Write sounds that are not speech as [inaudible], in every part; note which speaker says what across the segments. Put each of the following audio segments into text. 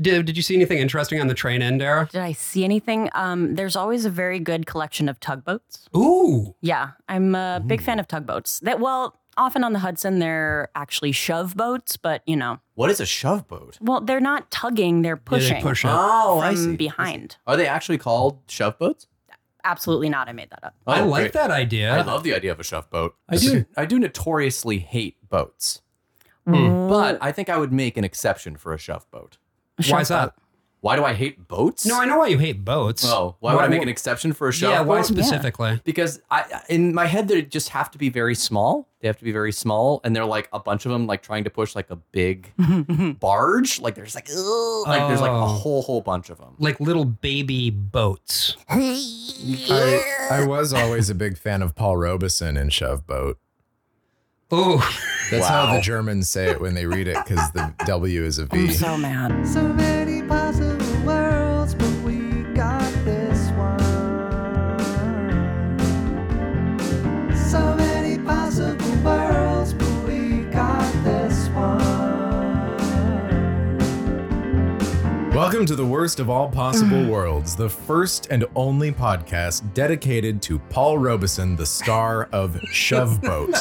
Speaker 1: did, did you see anything interesting on the train in, Dara?
Speaker 2: Did I see anything? Um, there's always a very good collection of tugboats.
Speaker 1: Ooh.
Speaker 2: Yeah, I'm a big fan of tugboats. That well, often on the Hudson they're actually shove boats, but you know,
Speaker 3: What is a shove boat?
Speaker 2: well, they're not tugging, they're
Speaker 1: Yeah, they
Speaker 2: pushing
Speaker 1: push it.
Speaker 3: Oh,
Speaker 2: from
Speaker 3: I see.
Speaker 2: behind.
Speaker 3: Are they actually called shove boats?
Speaker 2: Absolutely not. I made that up.
Speaker 3: Oh,
Speaker 1: I like
Speaker 3: great.
Speaker 1: that idea.
Speaker 3: I love the idea of a shove boat.
Speaker 1: I do.
Speaker 3: I do notoriously hate boats,
Speaker 1: Hmm.
Speaker 3: but [laughs] I think I would make an exception for a shove boat.
Speaker 1: Why's
Speaker 2: Shove
Speaker 1: that?
Speaker 3: Why do I hate boats?
Speaker 1: No, I know why you hate boats.
Speaker 3: Oh, why would I make an exception for a shove
Speaker 1: Yeah,
Speaker 3: boat?
Speaker 1: why specifically?
Speaker 3: because I in my head they just have to be very small. They have to be very small, and they're like a bunch of them like trying to push like a big
Speaker 2: boat.
Speaker 3: barge. Like there's like ugh, like there's like a
Speaker 1: Oh.
Speaker 3: whole whole bunch of them.
Speaker 1: Like little baby boats.
Speaker 4: I, I was always a big fan of Paul Robeson in Shove Boat.
Speaker 1: Ooh.
Speaker 4: That's how
Speaker 3: Wow.
Speaker 4: the Germans say it when they read it because the W is a
Speaker 2: [laughs] I'm
Speaker 4: V.
Speaker 2: so mad.
Speaker 5: So many possible worlds, but we got this one. So many possible worlds, but we got this one.
Speaker 4: Welcome to the worst of all possible worlds, the first and only podcast dedicated to Paul Robeson, the star of Shove Boat.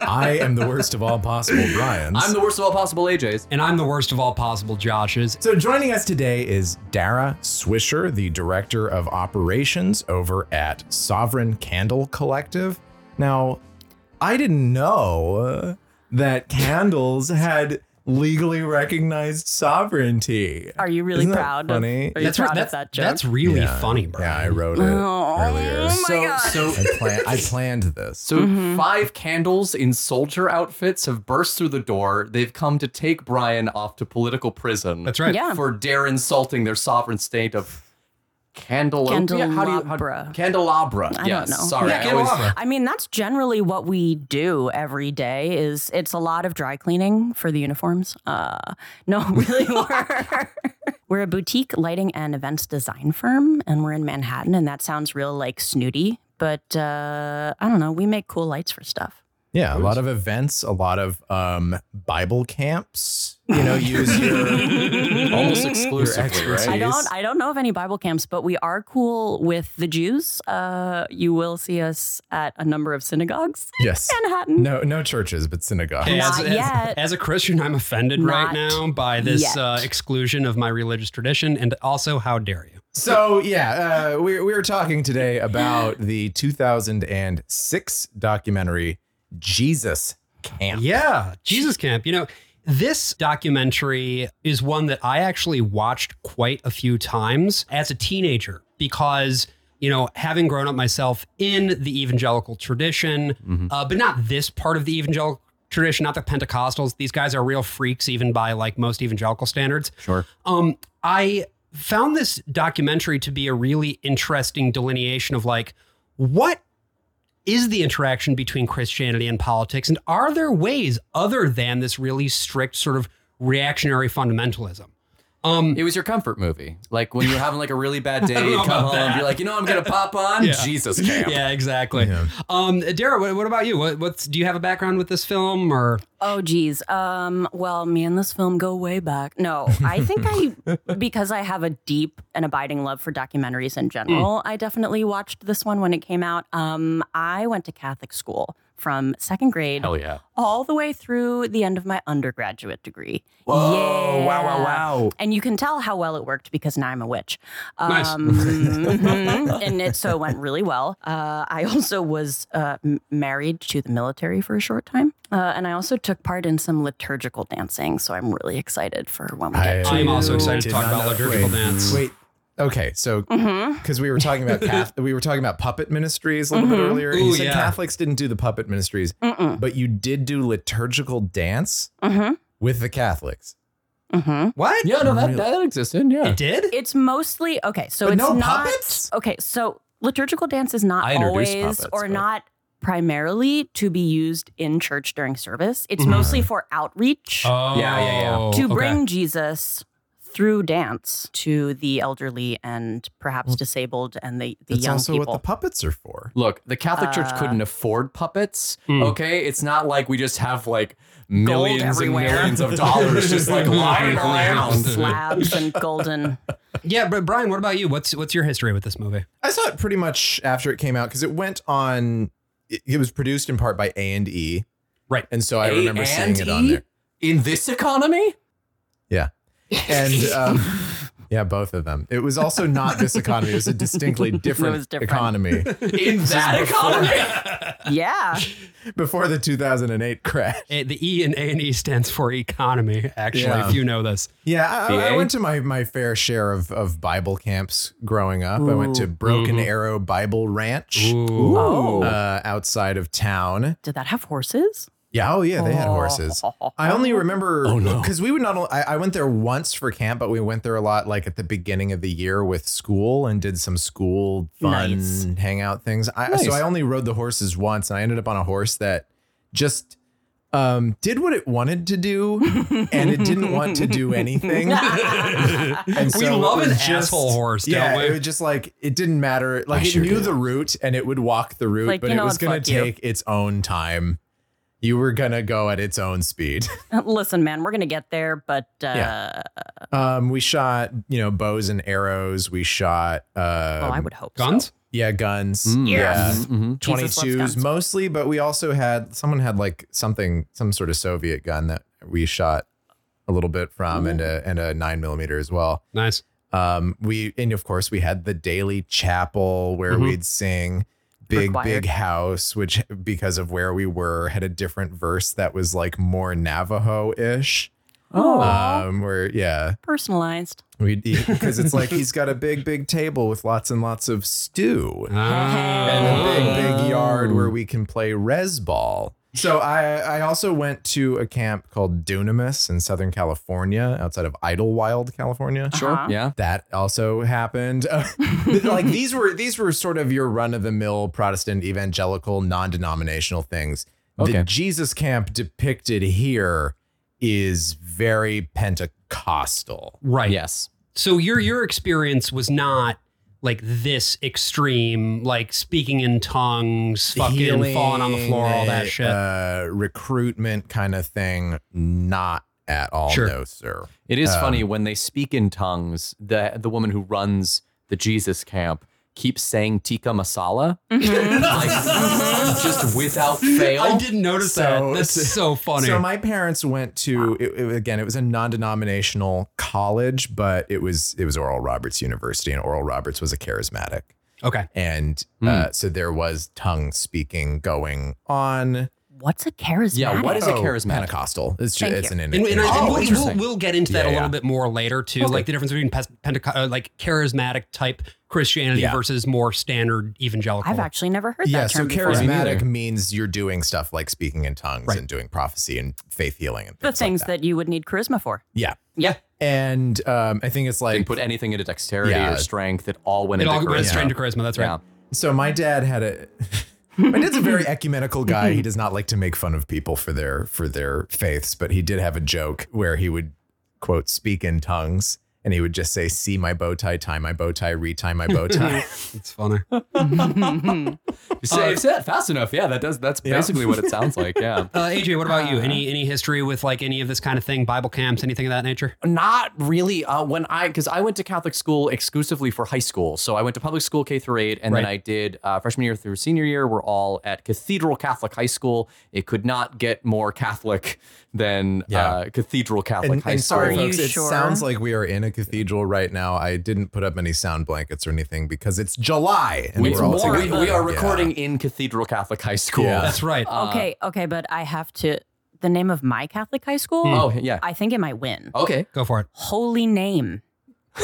Speaker 4: I am the worst of all possible Brian's.
Speaker 3: I'm the worst of all possible AJs.
Speaker 1: And I'm the worst of all possible Joshes.
Speaker 4: So joining us today is Dara Swisher, the director of operations over at Sovereign Candle Collective. Now, I didn't know uh, that candles had legally recognized sovereignty.
Speaker 2: Are you really
Speaker 4: Isn't that
Speaker 2: proud?
Speaker 4: funny?
Speaker 2: Of, are you
Speaker 1: That's
Speaker 2: proud
Speaker 1: right. That's,
Speaker 2: of that joke?
Speaker 1: that's really
Speaker 4: Yeah,
Speaker 1: funny, bro.
Speaker 4: Yeah, I wrote it
Speaker 2: Oh,
Speaker 4: earlier.
Speaker 2: my
Speaker 3: so
Speaker 2: God.
Speaker 3: so
Speaker 4: I, plan- I planned this.
Speaker 3: so
Speaker 2: Mm-hmm.
Speaker 3: five candles in soldier outfits have burst through the door. They've come to take Brian off to political prison.
Speaker 1: That's right.
Speaker 2: Yeah.
Speaker 3: for dare insulting their sovereign state of candelabra. How do you, how,
Speaker 2: Candelabra.
Speaker 3: candelabra.
Speaker 2: don't
Speaker 3: yes,
Speaker 2: know.
Speaker 3: Sorry,
Speaker 1: Yeah,
Speaker 3: I always-
Speaker 1: candelabra.
Speaker 2: I mean, that's generally what we do every day. Is it's a lot of dry cleaning for the uniforms. Uh, no, [laughs] really, we're [laughs] we're a boutique lighting and events design firm, and we're in Manhattan. And that sounds real like snooty, but uh, I don't know. We make cool lights for stuff.
Speaker 4: Yeah, a lot of events, a lot of um, Bible camps. You know,
Speaker 1: [laughs]
Speaker 4: use your
Speaker 3: almost
Speaker 4: Your
Speaker 3: exclusively,
Speaker 4: expertise.
Speaker 2: I
Speaker 3: right?
Speaker 2: don't I don't know of any Bible camps, but we are cool with the Jews. Uh, you will see us at a number of synagogues
Speaker 4: yes.
Speaker 2: in Manhattan.
Speaker 4: No, no churches, but synagogues.
Speaker 1: Hey,
Speaker 2: Not
Speaker 1: as, as-
Speaker 2: yet.
Speaker 1: as a Christian, I'm offended right
Speaker 2: Not
Speaker 1: now by this
Speaker 2: yet.
Speaker 1: uh, exclusion of my religious tradition. And also, how dare you?
Speaker 4: So yeah, uh, we we were talking today about the 2006 documentary Jesus Camp.
Speaker 1: Yeah, Jesus Camp. You know, this documentary is one that I actually watched quite a few times as a teenager because, you know, having grown up myself in the evangelical tradition, uh, but not this part of the evangelical tradition, not the Pentecostals. These guys are real freaks, even by like most evangelical standards.
Speaker 3: Sure.
Speaker 1: Um, I found this documentary to be a really interesting delineation of like what is the interaction between Christianity and politics, and are there ways other than this really strict sort of reactionary fundamentalism? Um,
Speaker 3: It was your comfort movie. Like when you're having like a really bad day,
Speaker 1: don't
Speaker 3: you
Speaker 1: know
Speaker 3: come
Speaker 1: about
Speaker 3: home,
Speaker 1: that.
Speaker 3: you're like, you know, what I'm gonna pop on
Speaker 1: Yeah.
Speaker 3: Jesus camp.
Speaker 1: [laughs] yeah, exactly. Um, Dara, what, what about you? What, what's do you have a background with this film or?
Speaker 2: Oh geez. Um, well, me and this film go way back. No, I think
Speaker 3: [laughs]
Speaker 2: I because I have a deep and abiding love for documentaries
Speaker 3: Mm.
Speaker 2: in general, I definitely watched this one when it came out. Um, I went to Catholic school from second grade
Speaker 3: Hell yeah.
Speaker 2: all the way through the end of my undergraduate degree.
Speaker 3: Whoa!
Speaker 2: Yeah.
Speaker 3: Wow! Wow! Wow!
Speaker 2: And you can tell how well it worked because now I'm a witch.
Speaker 1: Nice.
Speaker 2: mhm. and it so it went really well. Uh, I also was uh, m- married to the military for a short time, uh, and I also took part in some liturgical dancing. So I'm really excited for when we get to.
Speaker 1: I'm also excited to
Speaker 4: did
Speaker 1: talk
Speaker 4: not
Speaker 1: about
Speaker 4: know-
Speaker 1: liturgical
Speaker 4: wait,
Speaker 1: dance.
Speaker 4: Wait, okay, so
Speaker 2: Mhm.
Speaker 4: because we were talking about Cath- we were talking about puppet ministries a little bit
Speaker 2: Mhm.
Speaker 4: earlier. and you
Speaker 1: Ooh,
Speaker 4: said
Speaker 1: yeah.
Speaker 4: Catholics didn't do the puppet ministries,
Speaker 2: Mm-mm.
Speaker 4: but you did do liturgical dance
Speaker 2: Mhm.
Speaker 4: with the Catholics.
Speaker 2: Mhm.
Speaker 1: What?
Speaker 3: Yeah, no, that that existed. Yeah.
Speaker 1: It did?
Speaker 2: It's mostly okay. So
Speaker 4: But
Speaker 2: it's
Speaker 4: no
Speaker 2: not
Speaker 4: puppets?
Speaker 2: okay. So liturgical dance is not
Speaker 3: I introduced
Speaker 2: always
Speaker 3: puppets,
Speaker 2: or
Speaker 3: but-
Speaker 2: not primarily to be used in church
Speaker 3: Mm-hmm.
Speaker 2: during service. It's
Speaker 1: Mhm.
Speaker 2: mostly for outreach.
Speaker 1: Oh,
Speaker 3: Yeah, yeah, yeah.
Speaker 2: to
Speaker 1: okay.
Speaker 2: bring Jesus through dance to the elderly and perhaps disabled and the, the
Speaker 4: That's
Speaker 2: young
Speaker 4: also
Speaker 2: people.
Speaker 4: what [laughs] the puppets are for.
Speaker 3: Look, the Catholic Church
Speaker 2: Uh,
Speaker 3: couldn't afford puppets.
Speaker 1: Mm.
Speaker 3: Okay, it's not like we just have like millions and
Speaker 2: everywhere. [laughs]
Speaker 3: millions of dollars just like lying around.
Speaker 2: Slabs and golden.
Speaker 1: Yeah, but Brian, what about you? What's what's your history with this movie?
Speaker 4: I saw it pretty much after it came out because it went on. It, it was produced in part by A and E,
Speaker 1: Right.
Speaker 4: And so I
Speaker 3: A
Speaker 4: remember seeing
Speaker 3: and
Speaker 4: it on
Speaker 3: E?
Speaker 4: there.
Speaker 3: In this economy,
Speaker 4: [laughs] And um, yeah, both of them. It was also not this economy. It was
Speaker 2: [laughs]
Speaker 4: a distinctly different,
Speaker 2: was different.
Speaker 4: economy [laughs]
Speaker 3: in that [laughs] economy,
Speaker 2: Yeah.
Speaker 4: before the 2008 crash.
Speaker 1: Eh, the E in A and E stands for economy. Actually,
Speaker 4: Yeah.
Speaker 1: if you know this,
Speaker 4: Yeah, I, I- I
Speaker 3: BA?
Speaker 4: went to my, my fair share of, of Bible camps growing up. I went to
Speaker 2: Ooh.
Speaker 4: Broken
Speaker 1: Mhm.
Speaker 4: Arrow Bible Ranch
Speaker 1: Ooh.
Speaker 2: Oh.
Speaker 4: uh, outside of town.
Speaker 2: Did that have horses?
Speaker 4: Yeah, oh yeah, they
Speaker 2: [laughs]
Speaker 4: had horses. I only remember
Speaker 3: Oh, no.
Speaker 4: because we would not. only- I, I went there once for camp, but we went there a lot, like at the beginning of the year with school and did some school fun
Speaker 2: Nice.
Speaker 4: hangout things. I,
Speaker 3: Nice.
Speaker 4: So I only rode the horses once, and I ended up on a horse that just um, did what it wanted to do, and it didn't want
Speaker 2: [laughs]
Speaker 4: to do anything. And
Speaker 1: we
Speaker 4: so
Speaker 1: love an
Speaker 4: it was just-
Speaker 1: asshole horse, don't
Speaker 4: yeah,
Speaker 1: we?
Speaker 4: it was just like it didn't matter. Like
Speaker 3: I
Speaker 4: it
Speaker 3: sure
Speaker 4: knew
Speaker 3: do.
Speaker 4: the route and it would walk the route,
Speaker 2: Like,
Speaker 4: but
Speaker 2: you
Speaker 4: it
Speaker 2: know
Speaker 4: was
Speaker 2: what,
Speaker 4: gonna
Speaker 2: fuck you.
Speaker 4: take its own time. You were gonna go at its own speed.
Speaker 2: Listen, man, we're going to get there, but uh,
Speaker 4: Yeah. Um, we shot, you know, bows and arrows. We shot, uh,
Speaker 2: well, Oh, I would hope. so.
Speaker 1: guns.
Speaker 4: yeah, guns.
Speaker 2: Mm. Yes.
Speaker 3: Mhm.
Speaker 4: twenty
Speaker 2: Jesus loves
Speaker 4: twos
Speaker 2: guns.
Speaker 4: mostly, but we also had someone had like something, some sort of Soviet gun that we shot a little bit from, and a and a nine millimeter as well.
Speaker 1: Nice.
Speaker 4: Um, we and of course we had the daily chapel where
Speaker 1: Mhm.
Speaker 4: we'd sing big
Speaker 2: Required.
Speaker 4: big house which because of where we were had a different verse that was like more navajo-ish
Speaker 2: Oh,
Speaker 4: um where yeah
Speaker 2: personalized.
Speaker 4: we because it's like he's got a big big table with lots and lots of stew and a big big yard where we can play res ball so I, I also went to a camp called Dunamis in Southern California, outside of Idlewild, California
Speaker 3: Sure.
Speaker 2: Uh-huh.
Speaker 3: Yeah.
Speaker 4: that also happened. [laughs] like these were these were sort of your run of the mill Protestant evangelical non-denominational things. The
Speaker 3: Okay.
Speaker 4: Jesus camp depicted here is very Pentecostal.
Speaker 1: Right.
Speaker 3: Yes.
Speaker 1: So your your experience was not like this extreme, like speaking in tongues, fucking
Speaker 4: Healing,
Speaker 1: falling on the floor, all that shit.
Speaker 4: Uh, recruitment kind of thing. Not at all.
Speaker 1: Sure.
Speaker 4: No, sir.
Speaker 3: It is
Speaker 4: Um,
Speaker 3: funny when they speak in tongues. The the woman who runs the Jesus camp keeps saying tikka masala,
Speaker 2: Mm-hmm.
Speaker 3: [laughs]
Speaker 4: [laughs]
Speaker 3: like just without fail.
Speaker 1: I didn't notice that.
Speaker 4: So-
Speaker 1: That's so funny.
Speaker 4: So my parents went to it, it- again. It was a non-denominational college, but it was it was Oral Roberts University, and Oral Roberts was a charismatic.
Speaker 1: okay.
Speaker 4: and
Speaker 1: Hmm.
Speaker 4: uh, so there was tongue speaking going on.
Speaker 2: What's a charismatic?
Speaker 3: Yeah, what is a
Speaker 4: Oh,
Speaker 3: charismatic?
Speaker 4: Pentecostal? It's just
Speaker 2: Thank
Speaker 4: it's
Speaker 2: you.
Speaker 4: an in-
Speaker 1: And, and, I- and
Speaker 3: Oh,
Speaker 1: we'll, we'll,
Speaker 3: interesting.
Speaker 1: we'll get into that
Speaker 4: Yeah,
Speaker 1: a little
Speaker 4: yeah.
Speaker 1: bit more later too, like the difference between Pentecost, uh, like charismatic type Christianity
Speaker 4: Yeah.
Speaker 1: versus more standard evangelical.
Speaker 2: I've actually never heard
Speaker 4: yeah.
Speaker 2: that
Speaker 4: So
Speaker 2: term before.
Speaker 3: charisma- Me
Speaker 4: charismatic
Speaker 3: neither.
Speaker 4: means you're doing stuff like speaking in tongues
Speaker 1: Right.
Speaker 4: and doing prophecy and faith healing and
Speaker 2: the
Speaker 4: things like
Speaker 2: things that you would need charisma for.
Speaker 4: Yeah,
Speaker 1: Yeah.
Speaker 4: and um, I think it's
Speaker 3: They
Speaker 4: like
Speaker 3: put anything into dexterity
Speaker 4: Yeah.
Speaker 3: or strength. It all went
Speaker 1: it
Speaker 3: into
Speaker 1: all goes
Speaker 3: charisma.
Speaker 1: straight into charisma. That's right.
Speaker 3: Yeah.
Speaker 4: so. My dad had a. [laughs] My dad's a very ecumenical guy. He does not like to make fun of people for their for their faiths, but he did have a joke where he would quote speak in tongues and he would just say, "See my bow tie, tie my bow tie, retie my bow
Speaker 3: [laughs]
Speaker 4: tie."
Speaker 1: It's funny.
Speaker 3: You say it's that fast enough. Uh, Yeah, that does. That's
Speaker 4: Yeah.
Speaker 3: basically what it sounds like. Yeah.
Speaker 1: Uh, AJ, what about you? Any any history with like any of this kind of thing, Bible camps, anything of that nature?
Speaker 3: [laughs] Uh, Not really. Uh, when I, because I went to Catholic school exclusively for high school. So I went to public school K through eight, and then
Speaker 1: Right.
Speaker 3: I did uh, freshman year through senior year. We're all at Cathedral Catholic High School. It could not get more Catholic than
Speaker 4: Yeah.
Speaker 3: uh, Cathedral Catholic
Speaker 4: And,
Speaker 3: High
Speaker 4: and
Speaker 3: School.
Speaker 4: sorry,
Speaker 2: Are you
Speaker 4: folks, it
Speaker 2: sure?
Speaker 4: sounds like we are in a cathedral right now. I didn't put up any sound blankets or anything because it's July and
Speaker 3: we,
Speaker 4: we're all
Speaker 3: we-
Speaker 4: together.
Speaker 3: we are
Speaker 4: Yeah.
Speaker 3: recording in Cathedral Catholic High School.
Speaker 4: Yeah.
Speaker 1: That's right.
Speaker 3: Uh,
Speaker 2: okay, okay, but I have to. The name of my Catholic high school,
Speaker 3: Oh yeah.
Speaker 2: I think it might win.
Speaker 3: Okay.
Speaker 1: Go for it.
Speaker 2: Holy Name.
Speaker 3: [laughs]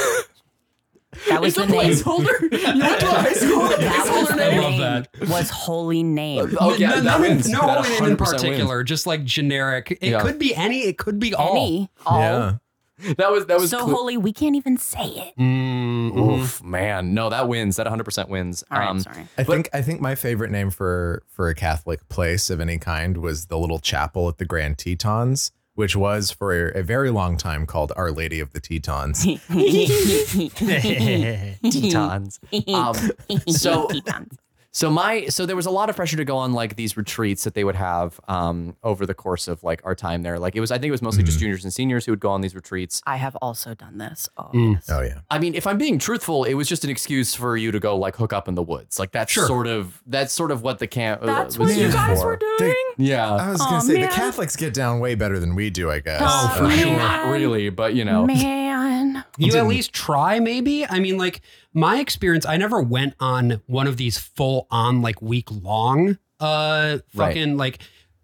Speaker 2: That was the name.
Speaker 3: placeholder. you went to a high school with a
Speaker 2: That was the
Speaker 3: placeholder name.
Speaker 1: love
Speaker 2: name.
Speaker 1: that.
Speaker 2: [laughs] Was Holy Name.
Speaker 3: Oh yeah,
Speaker 1: no,
Speaker 3: that
Speaker 1: no,
Speaker 3: wins.
Speaker 1: no
Speaker 3: That
Speaker 1: holy name in
Speaker 3: 100% wins.
Speaker 1: particular, just like generic. It
Speaker 3: Yeah.
Speaker 1: could be any, it could be all.
Speaker 2: Any, all.
Speaker 4: Yeah.
Speaker 3: That was that was
Speaker 2: so
Speaker 3: clear.
Speaker 2: holy, we can't even say it.
Speaker 1: Mm, mhm.
Speaker 3: Oof, man. No, that wins. That 100% wins.
Speaker 2: Mm-hmm. All right,
Speaker 3: um,
Speaker 2: sorry. [laughs]
Speaker 4: I think I think my favorite name for for a Catholic place of any kind was the little chapel at the Grand Tetons, which was for a very long time called Our Lady of the Tetons.
Speaker 3: Tetons. Um, [laughs]
Speaker 2: [laughs]
Speaker 3: so So my so there was a lot of pressure to go on like these retreats that they would have um, over the course of like our time there. Like it was I think it was mostly
Speaker 2: Mm-hmm.
Speaker 3: just juniors and seniors who would go on these retreats.
Speaker 2: I have also done this. Oh,
Speaker 3: Hmm.
Speaker 1: Mm.
Speaker 2: yes.
Speaker 4: Oh yeah.
Speaker 3: I mean, if I'm being truthful, it was just an excuse for you to go like hook up in the woods. Like that's
Speaker 1: Sure.
Speaker 3: sort of that's sort of what the camp uh,
Speaker 2: That's
Speaker 3: was
Speaker 2: what you
Speaker 3: used
Speaker 2: guys
Speaker 3: for.
Speaker 2: were doing.
Speaker 4: They-
Speaker 3: Yeah.
Speaker 4: I was
Speaker 2: Aw,
Speaker 4: gonna say
Speaker 2: man.
Speaker 4: the Catholics get down way better than we do, I guess.
Speaker 2: Oh,
Speaker 4: Uh,
Speaker 2: for sure.
Speaker 3: [laughs] Not really, but you know. [laughs]
Speaker 2: Man.
Speaker 1: you at
Speaker 4: Didn't-
Speaker 1: least try maybe i mean like my experience i never went on one of these full on like week long uh
Speaker 3: Right.
Speaker 1: fucking like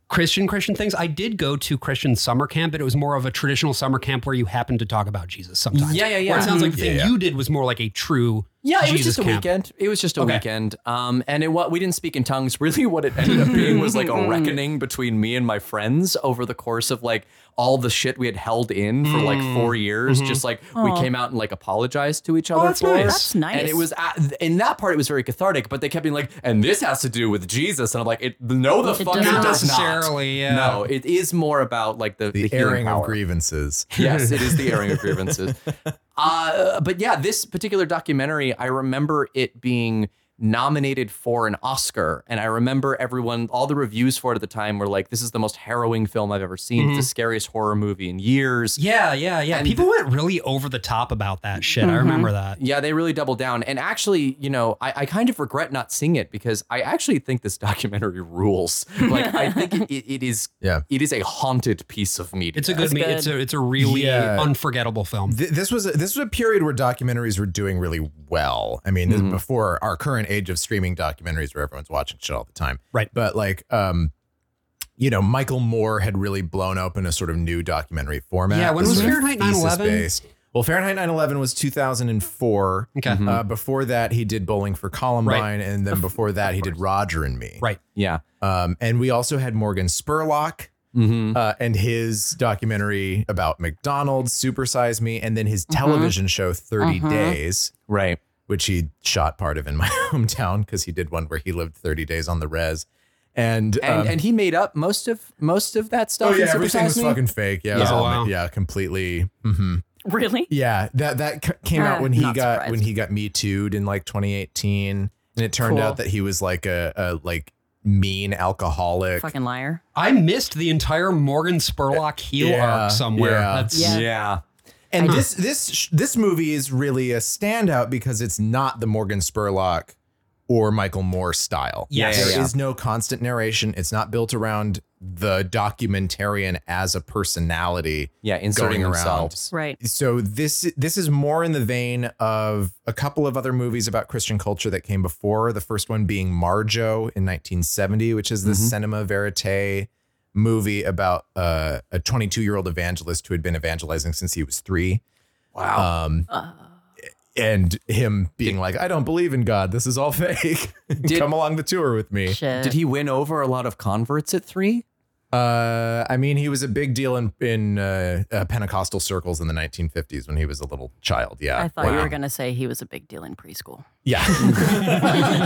Speaker 1: christian christian things i did go to christian summer camp but it was more of a traditional summer camp where you happen to talk about jesus sometimes
Speaker 3: Yeah, yeah, yeah.
Speaker 1: Where it sounds like the
Speaker 4: Yeah,
Speaker 1: thing
Speaker 4: yeah.
Speaker 1: you did was more like a true
Speaker 3: Yeah, it was
Speaker 1: Jesus
Speaker 3: just a
Speaker 1: camp.
Speaker 3: weekend. It was just a
Speaker 1: Okay.
Speaker 3: weekend. Um, and it what we didn't speak in tongues. Really, what it ended up being was like
Speaker 1: Mm-hmm.
Speaker 3: a reckoning between me and my friends over the course of like all the shit we had held in for like
Speaker 1: Mm.
Speaker 3: four years. Just like we came out and like apologized to each other
Speaker 1: Mm-hmm. Oh, that's
Speaker 3: for
Speaker 1: nice.
Speaker 3: it.
Speaker 1: That's
Speaker 3: And
Speaker 2: nice.
Speaker 3: it was at, in that part it was very cathartic. But they kept being like, and this has to do with Jesus. And I'm like, it no, the
Speaker 2: It
Speaker 3: fuck
Speaker 2: does
Speaker 3: it
Speaker 2: not.
Speaker 3: does
Speaker 1: Necessarily, yeah.
Speaker 3: not. No, it is more about like the
Speaker 4: the
Speaker 3: the healing
Speaker 4: airing of
Speaker 3: power.
Speaker 4: grievances.
Speaker 3: Yes, it is the airing of
Speaker 1: [laughs]
Speaker 3: grievances. Uh, but yeah, this particular documentary, I remember it being nominated for an Oscar. And I remember everyone, all the reviews for it at the time were like, this is the most harrowing film I've ever seen.
Speaker 1: Mm-hmm.
Speaker 3: It's the scariest horror movie in years.
Speaker 1: yeah yeah yeah
Speaker 3: And-
Speaker 1: people went really over the top about that shit i remember that
Speaker 3: Yeah, they really doubled down. And actually, you know, I, I kind of regret not seeing it because I actually think this documentary [laughs] rules. Like, I think it, it, it is
Speaker 4: Yeah.
Speaker 3: it is a haunted piece of media.
Speaker 1: it's a good,
Speaker 2: That's
Speaker 1: me-
Speaker 2: good.
Speaker 1: it's a it's a really
Speaker 4: Yeah.
Speaker 1: unforgettable film
Speaker 4: Th- this was a, this was a period where documentaries were doing really well. I mean, this
Speaker 1: Mm-hmm.
Speaker 4: is before our current age of streaming documentaries, where everyone's watching shit all the time.
Speaker 1: Right.
Speaker 4: But like, um, you know, Michael Moore had really blown open a sort of new documentary format.
Speaker 1: Yeah, when
Speaker 4: This
Speaker 1: was
Speaker 4: sort of
Speaker 1: Fahrenheit 9/11?
Speaker 4: thesis-based. Well, Fahrenheit 9/11 was 2004.
Speaker 1: okay Mm-hmm.
Speaker 3: Mhm.
Speaker 4: Uh, before that, he did Bowling for Columbine, and then before that, he did Roger and Me.
Speaker 1: Right.
Speaker 3: Yeah.
Speaker 4: Um, and we also had Morgan Spurlock,
Speaker 3: Mm-hmm.
Speaker 4: [laughs] uh, and his documentary about McDonald's, Super Size Me, and then his television show 30
Speaker 2: Mhm.
Speaker 4: Days,
Speaker 3: Right.
Speaker 4: which he shot part of in my [laughs] hometown because he did one where he lived 30 days on the res. And,
Speaker 3: and
Speaker 4: um,
Speaker 3: and he made up most of most of that stuff.
Speaker 4: oh,
Speaker 3: in
Speaker 4: yeah,
Speaker 3: Super
Speaker 4: everything was
Speaker 3: Size Me.
Speaker 4: fucking fake. Yeah, it was
Speaker 1: Yeah.
Speaker 4: all
Speaker 1: Oh, wow.
Speaker 4: ma- yeah, completely. hmm
Speaker 2: Really?
Speaker 4: Yeah, that that c- came out
Speaker 2: Ah,
Speaker 4: when he
Speaker 2: not
Speaker 4: got
Speaker 2: surprised.
Speaker 4: when he got Me Too'd in like 2018, and it turned
Speaker 2: Cool.
Speaker 4: out that he was like a, a like mean alcoholic.
Speaker 2: Fucking liar.
Speaker 1: I missed the entire Morgan Spurlock heel
Speaker 4: Yeah,
Speaker 1: arc somewhere.
Speaker 4: yeah.
Speaker 1: That's,
Speaker 2: Yeah.
Speaker 3: Yeah.
Speaker 4: And
Speaker 3: Uh-huh.
Speaker 1: Huh.
Speaker 4: this this sh- this movie is really a standout because it's not the Morgan Spurlock or Michael Moore style.
Speaker 1: Yes.
Speaker 4: There
Speaker 3: Yeah, yeah.
Speaker 4: is no constant narration. It's not built around the documentarian as a personality.
Speaker 3: Yeah, inserting
Speaker 4: Going around.
Speaker 3: themselves.
Speaker 2: Right.
Speaker 4: So this this is more in the vein of a couple of other movies about Christian culture that came before. The first one being Marjo in 1970, which is the
Speaker 3: Mhm.
Speaker 4: cinema verite movie about uh, a 22 year old evangelist who had been evangelizing since he was three.
Speaker 3: Wow.
Speaker 4: Um,
Speaker 2: Uh,
Speaker 4: and him being like, I don't believe in God. This is all [laughs] fake.
Speaker 3: Did-
Speaker 4: Come along the tour with me.
Speaker 2: shit.
Speaker 3: Did he win over a lot of converts at three?
Speaker 4: Uh, I mean, he was a big deal in in uh, uh, Pentecostal circles in the 1950s when he was a little child. Yeah,
Speaker 2: I thought you
Speaker 4: Wow.
Speaker 2: were going to say he was a big deal in preschool.
Speaker 4: Yeah,
Speaker 1: [laughs]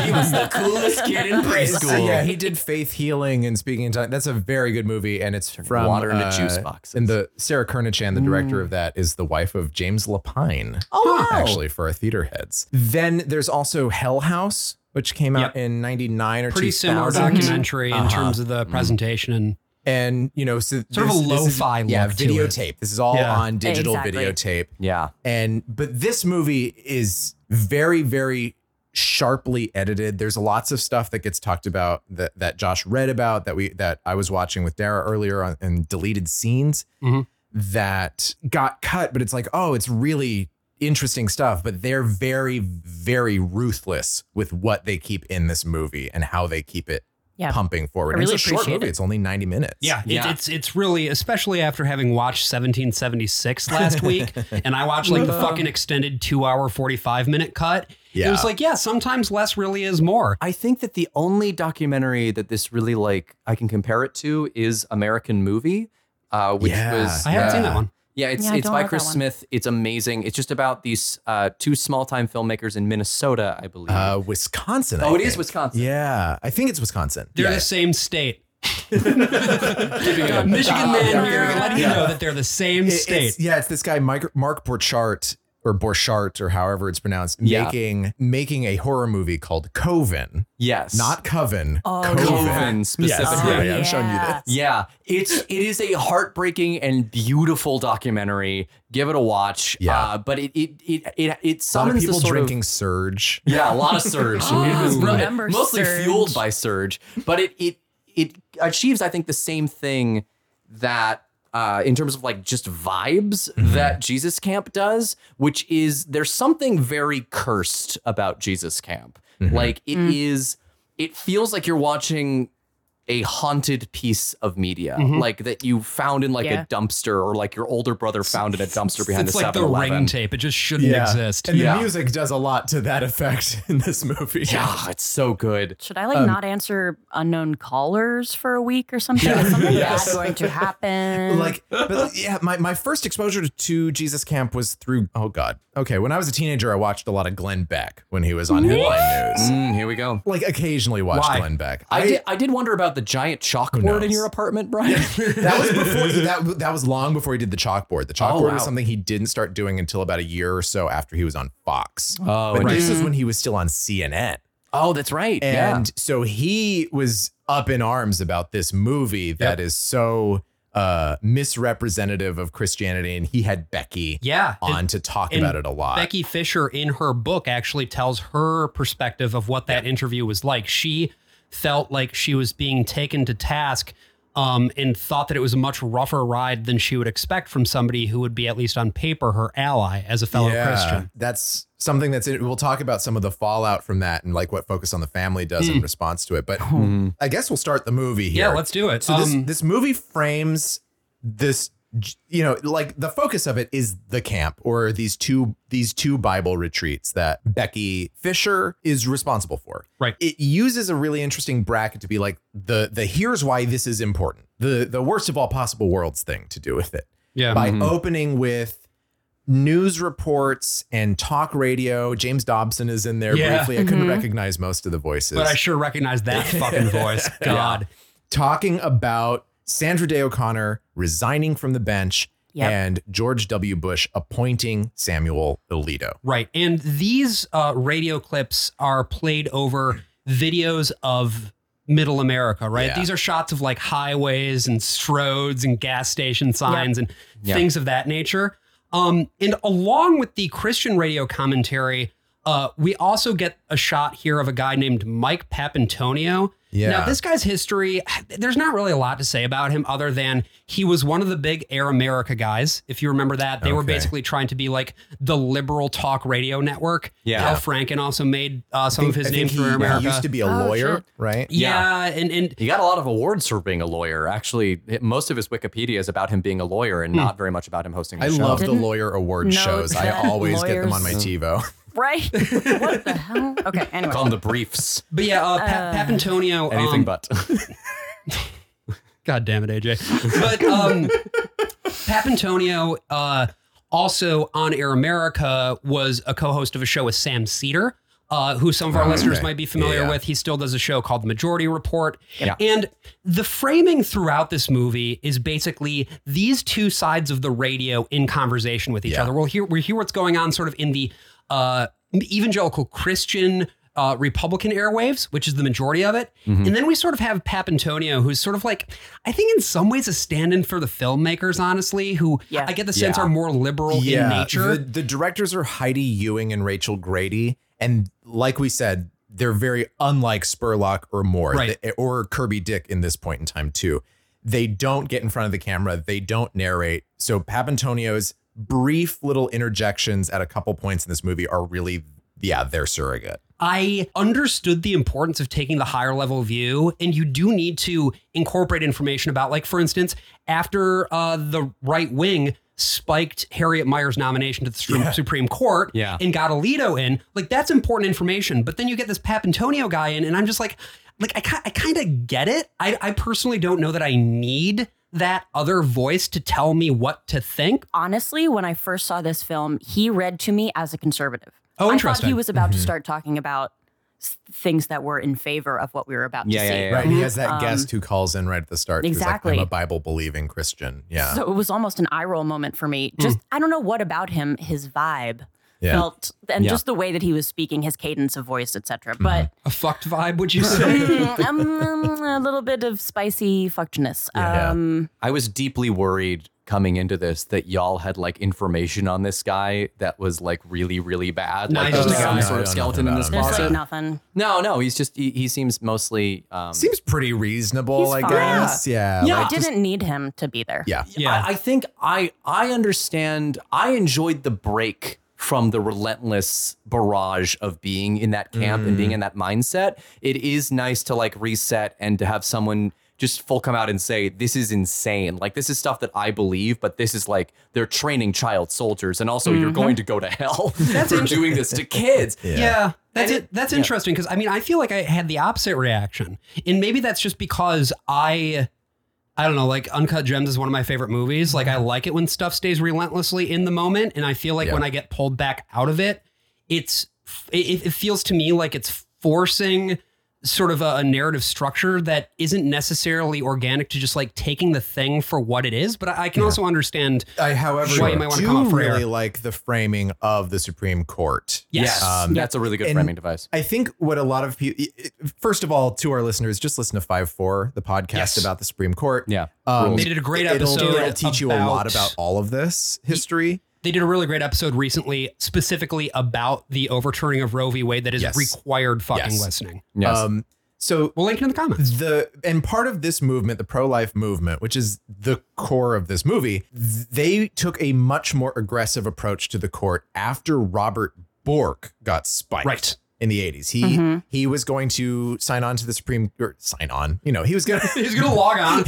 Speaker 3: he was
Speaker 4: [laughs]
Speaker 3: the coolest kid in preschool.
Speaker 4: yeah, he did faith healing and speaking in tongues. That's a very good movie, and it's from
Speaker 3: water into
Speaker 4: uh,
Speaker 3: juice boxes.
Speaker 4: And the Sarah Kernichan, the director
Speaker 1: Mm.
Speaker 4: of that, is the wife of James Lapine.
Speaker 3: oh wow.
Speaker 4: actually for our theater heads. Then there's also Hell House, which came out
Speaker 1: Yep.
Speaker 4: in 99 or
Speaker 1: Pretty similar
Speaker 4: 2000.
Speaker 1: documentary in terms of the presentation and
Speaker 4: And, you know, so
Speaker 1: Sort of
Speaker 4: this-
Speaker 1: a
Speaker 4: this is-
Speaker 1: lo-fi
Speaker 4: Yeah,
Speaker 1: look to
Speaker 4: videotape. This is all
Speaker 1: Yeah.
Speaker 4: on digital
Speaker 2: Exactly.
Speaker 4: videotape.
Speaker 3: Yeah.
Speaker 4: And but this movie is very very sharply edited. There's lots of stuff that gets talked about that that Josh read about that we that I was watching with Dara earlier on and deleted scenes
Speaker 3: Mm-hmm.
Speaker 1: Mhm.
Speaker 4: that got cut, but it's like, "Oh, it's really interesting stuff, but they're very very ruthless with what they keep in this movie and how they keep it
Speaker 2: Yeah.
Speaker 4: pumping
Speaker 2: I
Speaker 4: forward. And
Speaker 2: really
Speaker 4: it's a short
Speaker 2: appreciate
Speaker 4: movie.
Speaker 2: it.
Speaker 4: It's only 90 minutes.
Speaker 1: yeah, it-
Speaker 3: Yeah.
Speaker 1: it's it's really especially after having watched 1776 [laughs] last week and I watched like the fucking extended 2 hour 45 minute cut. It
Speaker 4: Yeah.
Speaker 1: was like, yeah, sometimes less really is more.
Speaker 3: I think that the only documentary that this really like I can compare it to is American Movie, uh, which
Speaker 4: Yeah.
Speaker 3: was
Speaker 1: I haven't
Speaker 3: uh,
Speaker 1: seen that one.
Speaker 3: Yeah, it's
Speaker 2: Yeah, I
Speaker 3: it's
Speaker 2: don't
Speaker 3: by
Speaker 2: have
Speaker 3: Chris
Speaker 2: that one.
Speaker 3: Smith. It's amazing. It's just about these uh, two small time filmmakers in Minnesota, I believe.
Speaker 4: Uh, Wisconsin. I
Speaker 3: oh, it is
Speaker 4: think.
Speaker 3: Wisconsin.
Speaker 4: Yeah, I think it's Wisconsin.
Speaker 1: They're
Speaker 4: Yeah. [laughs]
Speaker 1: the same state. Michigan man here,
Speaker 2: Yeah.
Speaker 1: letting you know that they're the same
Speaker 4: It-
Speaker 1: state.
Speaker 4: it's- yeah, it's this guy Mike, Mark Borchardt or Borchardt or however it's pronounced
Speaker 3: Yeah.
Speaker 4: making making a horror movie called Coven,
Speaker 3: Yes.
Speaker 4: not Coven.
Speaker 2: Oh,
Speaker 3: Coven
Speaker 4: Yes.
Speaker 3: specifically.
Speaker 4: Yeah, yeah, I'm showing you that.
Speaker 3: Yeah, it's it is a heartbreaking and beautiful documentary. Give it a watch.
Speaker 4: Yeah.
Speaker 3: uh, but it it it it, it
Speaker 4: A lot of
Speaker 3: summons the
Speaker 4: people
Speaker 3: sort
Speaker 4: drinking
Speaker 3: of
Speaker 4: Surge.
Speaker 3: yeah, a lot
Speaker 1: [laughs]
Speaker 3: of surge. it was
Speaker 2: Oh,
Speaker 3: really-
Speaker 2: remember
Speaker 3: mostly
Speaker 2: Surge.
Speaker 3: fueled by surge, but it it it achieves I think the same thing that. Uh, in terms of like just vibes
Speaker 1: Mm-hmm.
Speaker 3: that Jesus Camp does, which is there's something very cursed about Jesus Camp.
Speaker 1: Mm-hmm.
Speaker 3: Like it is,
Speaker 2: Mm.
Speaker 3: it feels like you're watching a haunted piece of media, like that you found in like
Speaker 2: Mm-hmm. Yeah.
Speaker 3: a dumpster or like your older brother found in a dumpster behind
Speaker 1: it's
Speaker 3: the
Speaker 1: like the
Speaker 3: 7-Eleven.
Speaker 1: ring tape. It just shouldn't exist.
Speaker 4: And
Speaker 3: Yeah.
Speaker 4: the music does a lot to that effect [laughs] in this movie.
Speaker 3: Yeah, it's so good.
Speaker 2: Should I like not answer unknown callers for a week or something? Is something
Speaker 3: Yes.
Speaker 2: bad going to happen?
Speaker 4: [laughs] [laughs] Like, but yeah, my, my first exposure to Jesus Camp was through, oh God. Okay, when I was a teenager, I watched a lot of Glenn Beck when he was on Headline News.
Speaker 3: Mm, here we go.
Speaker 4: Like, occasionally watched
Speaker 1: Why?
Speaker 4: Glenn Beck.
Speaker 3: I, did, I did wonder about the giant chalkboard in
Speaker 4: knows?
Speaker 3: your apartment,
Speaker 4: [laughs]
Speaker 3: Brian.
Speaker 4: That was before that, that was long before he did the chalkboard.
Speaker 1: Oh,
Speaker 4: The chalkboard
Speaker 3: wow.
Speaker 4: was something he didn't start doing until about a year or so after he was on Fox.
Speaker 3: oh,
Speaker 4: but
Speaker 3: and-
Speaker 4: this is when he was still on CNN.
Speaker 3: oh, that's right.
Speaker 4: And so he was up in arms about this movie that is so uh misrepresentative of Christianity and he had Becky
Speaker 1: Yeah. and
Speaker 4: on to talk
Speaker 1: and
Speaker 4: about it a lot.
Speaker 1: Becky Fisher in her book actually tells her perspective of what that interview was like. She felt like she was being taken to task um, and thought that it was a much rougher ride than she would expect from somebody who would be at least on paper her ally as a fellow
Speaker 4: Yeah,
Speaker 1: Christian.
Speaker 4: That's something that's in, we'll talk about some of the fallout from that and like what Focus on the Family does in response to it. But I guess we'll start the movie here.
Speaker 1: Hmm. Oh. Yeah, let's do it.
Speaker 4: So
Speaker 1: Um,
Speaker 4: this this movie frames this you know like the focus of it is the camp or these two these two bible retreats that Becky Fisher is responsible for.
Speaker 1: Right.
Speaker 4: It uses a really interesting bracket to be like the the here's why this is important. The the worst of all possible worlds thing to do with it
Speaker 1: Yeah.
Speaker 4: by opening with news reports and talk radio. James Dobson is in there
Speaker 1: Yeah.
Speaker 4: briefly. I
Speaker 2: Mm-hmm.
Speaker 4: couldn't recognize most of the voices.
Speaker 1: But I sure recognize that fucking voice. God.
Speaker 4: Talking about Sandra Day O'Connor resigning from the bench
Speaker 2: Yep.
Speaker 4: and George W. Bush appointing Samuel Alito.
Speaker 1: Right. And these uh, radio clips are played over videos of middle America, right?
Speaker 4: Yeah.
Speaker 1: These are shots of like highways and strodes and gas station signs and things of that nature. Um, and along with the Christian radio commentary, uh, we also get a shot here of a guy named Mike Papantonio.
Speaker 4: Yeah.
Speaker 1: Now, this guy's history, there's not really a lot to say about him other than he was one of the big Air America guys. If you remember that, they were
Speaker 4: Okay.
Speaker 1: basically trying to be like the liberal talk radio network.
Speaker 3: Yeah.
Speaker 1: Al Franken also made uh, some of his
Speaker 4: I think
Speaker 1: names
Speaker 4: he,
Speaker 1: for Air America.
Speaker 4: he used to be a
Speaker 2: Oh,
Speaker 4: lawyer,
Speaker 2: shit.
Speaker 4: right?
Speaker 1: yeah. And, and
Speaker 3: He got a lot of awards for being a lawyer. Actually, it- most of his Wikipedia is about him being a lawyer and not very much about him hosting a
Speaker 4: Hmm. I
Speaker 3: show.
Speaker 4: love the
Speaker 2: Didn't
Speaker 4: lawyer award
Speaker 2: know
Speaker 4: shows. I
Speaker 2: that
Speaker 4: always get them on my
Speaker 2: lawyers-
Speaker 4: TiVo.
Speaker 2: right? what the hell? Okay, anyway.
Speaker 3: Call him the
Speaker 4: [laughs]
Speaker 3: briefs.
Speaker 1: but yeah, uh, pa- Papantonio. um,
Speaker 3: Anything but.
Speaker 1: God damn it,
Speaker 4: [laughs]
Speaker 1: AJ. But um, Papantonio, uh, also on Air America, was a co-host of a show with Sam Cedar, uh, who some of our listeners might be familiar
Speaker 4: Ah, Yeah.
Speaker 1: with. He still does a show called The Majority Report.
Speaker 3: Yeah.
Speaker 1: And the framing throughout this movie is basically these two sides of the radio in conversation with each
Speaker 4: Yeah.
Speaker 1: other. We'll hear we hear what's going on sort of in the uh, evangelical Christian uh, Republican airwaves, which is the majority of it. And then we sort of have Papantonio, who's sort of like, I think in some ways a stand-in for the filmmakers, honestly, who
Speaker 2: Yeah.
Speaker 1: I get the sense
Speaker 3: Yeah.
Speaker 1: are more liberal in nature.
Speaker 4: The, the directors are Heidi Ewing and Rachel Grady, and like we said, they're very unlike Spurlock or Moore
Speaker 1: Right.
Speaker 4: th- or Kirby Dick in this point in time too. They don't get in front of the camera. They don't narrate. So Papantonio's brief little interjections at a couple points in this movie are really, yeah, their surrogate.
Speaker 1: I understood the importance of taking the higher level view, and you do need to incorporate information about, like, for instance, after uh, the right wing spiked Harriet Meyer's nomination to the Stru- Supreme Court
Speaker 3: Yeah.
Speaker 1: and got Alito in, like, that's important information. But then you get this Papantonio guy in, and I'm just like, like I, ki- I kind of get it. I, I personally don't know that I need that other voice to tell me what to think.
Speaker 2: honestly, when I first saw this film, he read to me as a conservative.
Speaker 1: Oh,
Speaker 2: I thought
Speaker 1: interesting.
Speaker 2: he was about to start talking about s- things that were in favor of what we were about
Speaker 3: Yeah,
Speaker 2: to
Speaker 3: yeah,
Speaker 2: see.
Speaker 3: yeah.
Speaker 4: Right. He has that
Speaker 2: Um,
Speaker 4: guest who calls in right at the start. who's
Speaker 2: exactly.
Speaker 4: Like, I'm a Bible believing Christian. Yeah. Hmm.
Speaker 2: So it was almost an eye roll moment for me. Just I don't know what about him, his vibe
Speaker 4: Yeah. Mm-hmm.
Speaker 2: felt, and
Speaker 3: Yeah.
Speaker 2: just the way that he was speaking, his cadence of voice, etc. But
Speaker 1: A fucked vibe, would [laughs] you say?
Speaker 2: mm, um, a little bit of spicy fuckedness.
Speaker 4: Yeah.
Speaker 2: Um,
Speaker 3: I was deeply worried coming into this that y'all had like information on this guy that was like really, really bad.
Speaker 1: No,
Speaker 3: Like
Speaker 1: he's
Speaker 3: there's
Speaker 1: just a
Speaker 3: some
Speaker 1: guy.
Speaker 3: sort
Speaker 4: No,
Speaker 3: of
Speaker 4: no,
Speaker 3: skeleton
Speaker 4: no,
Speaker 3: in
Speaker 4: no,
Speaker 3: this
Speaker 4: no, no.
Speaker 2: there's like
Speaker 3: closet.
Speaker 2: nothing.
Speaker 3: No, no, he's just he, he seems mostly um,
Speaker 4: Seems pretty reasonable,
Speaker 2: He's
Speaker 4: I
Speaker 2: fine.
Speaker 4: guess. Yeah.
Speaker 3: Yeah.
Speaker 2: I
Speaker 4: like,
Speaker 2: didn't need him to be there.
Speaker 4: Yeah.
Speaker 1: Yeah.
Speaker 3: I, I think I I understand. I enjoyed the break from the relentless barrage of being in that camp and
Speaker 1: Mm.
Speaker 3: being in that mindset. It is nice to like reset and to have someone just full come out and say this is insane. Like this is stuff that I believe, but this is like they're training child soldiers and also
Speaker 1: Mm-hmm.
Speaker 3: you're going to go to hell [laughs] for doing this to kids.
Speaker 1: Yeah. That's
Speaker 3: And
Speaker 1: it, that's interesting because I mean I feel like I had the opposite reaction. And maybe that's just because I I don't know, like Uncut Gems is one of my favorite movies. Like I like it when stuff stays relentlessly in the moment and I feel like
Speaker 4: Yeah.
Speaker 1: when I get pulled back out of it, it's it, it feels to me like it's forcing sort of a, a narrative structure that isn't necessarily organic to just like taking the thing for what it is, but I, I can also understand
Speaker 4: I, however,
Speaker 1: Sure, you might wanna
Speaker 4: do
Speaker 1: come up for air.
Speaker 4: really like the framing of the Supreme Court.
Speaker 1: yes.
Speaker 4: Um,
Speaker 3: that's a really good
Speaker 4: and-
Speaker 3: framing device.
Speaker 4: I think what a lot of people, first of all, to our listeners, just listen to 5 4, the podcast
Speaker 1: Yes.
Speaker 4: about the Supreme Court.
Speaker 3: Yeah.
Speaker 4: Um,
Speaker 1: They did a great
Speaker 4: it'll-
Speaker 1: episode
Speaker 4: It'll teach you a lot
Speaker 1: about-
Speaker 4: about all of this history.
Speaker 1: they did a really great episode recently, specifically about the overturning of Roe v. Wade that is
Speaker 4: Yes.
Speaker 1: required fucking
Speaker 4: Yes.
Speaker 1: listening.
Speaker 3: Yes.
Speaker 4: Um, so
Speaker 1: We'll link it in the comments.
Speaker 4: the and part of this movement the pro-life movement which is the core of this movie they took a much more aggressive approach to the court after robert bork got spiked
Speaker 1: Right.
Speaker 4: in the 80s he
Speaker 2: Mhm.
Speaker 4: he was going to sign on to the supreme or sign on you know he was going to
Speaker 1: He's gonna log [laughs] on.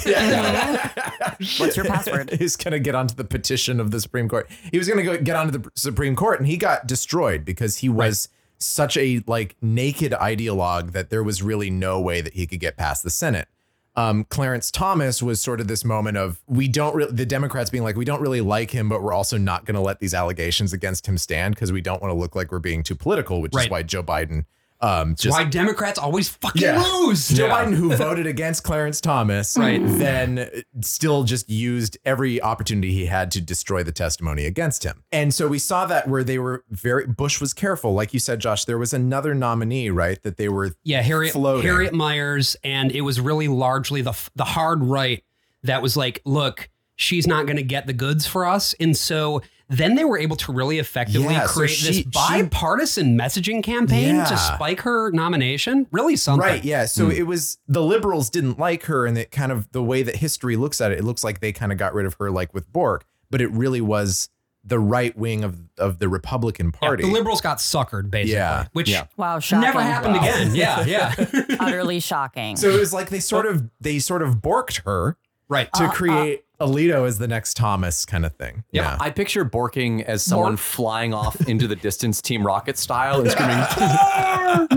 Speaker 2: What's your password?
Speaker 4: [laughs] He's going to get onto the petition of the Supreme Court. He was going to go get onto the Supreme Court, and he got destroyed because he was such a like naked ideologue that there was really no way that he could get past the Senate. Um, Clarence Thomas was sort of this moment of we don't really the Democrats being like we don't really like him, but we're also not going to let these allegations against him stand because we don't want to look like we're being too political, which is
Speaker 1: Right.
Speaker 4: why Joe Biden um, just
Speaker 1: Why Democrats always fucking
Speaker 4: Yeah.
Speaker 1: lose?
Speaker 4: Joe Biden, [laughs] who voted against Clarence Thomas,
Speaker 1: Right.
Speaker 4: then still just used every opportunity he had to destroy the testimony against him. And so we saw that where they were very Bush was careful, like you said, Josh. There was another nominee, right? That they were
Speaker 1: Yeah, Harriet
Speaker 4: Floating.
Speaker 1: Harriet Myers, and it was really largely the the hard right that was like, look, she's not gonna get the goods for us, and so. Then they were able to really effectively
Speaker 4: Yeah, so
Speaker 1: create
Speaker 4: she-
Speaker 1: this
Speaker 4: she-
Speaker 1: bipartisan messaging campaign
Speaker 4: Yeah.
Speaker 1: to spike her nomination. Really something.
Speaker 4: Right, yeah. So it was the liberals didn't like her, and it kind of the way that history looks at it, it looks like they kind of got rid of her, like with Bork, but it really was the right wing of of the Republican
Speaker 1: Yeah,
Speaker 4: Party.
Speaker 1: the liberals got suckered, basically.
Speaker 4: Yeah.
Speaker 1: Which
Speaker 3: Yeah.
Speaker 2: Wow, shocking.
Speaker 1: never happened
Speaker 4: Wow.
Speaker 1: again. [laughs]
Speaker 3: [laughs]
Speaker 1: Yeah, yeah.
Speaker 2: [laughs] Utterly shocking.
Speaker 4: so it was like they sort of they sort of borked her
Speaker 1: right.
Speaker 2: Uh,
Speaker 4: to create Alito as the next Thomas kind of thing.
Speaker 3: Yeah, I picture Borking as someone flying off into the distance, Team Rocket style, and [laughs] screaming.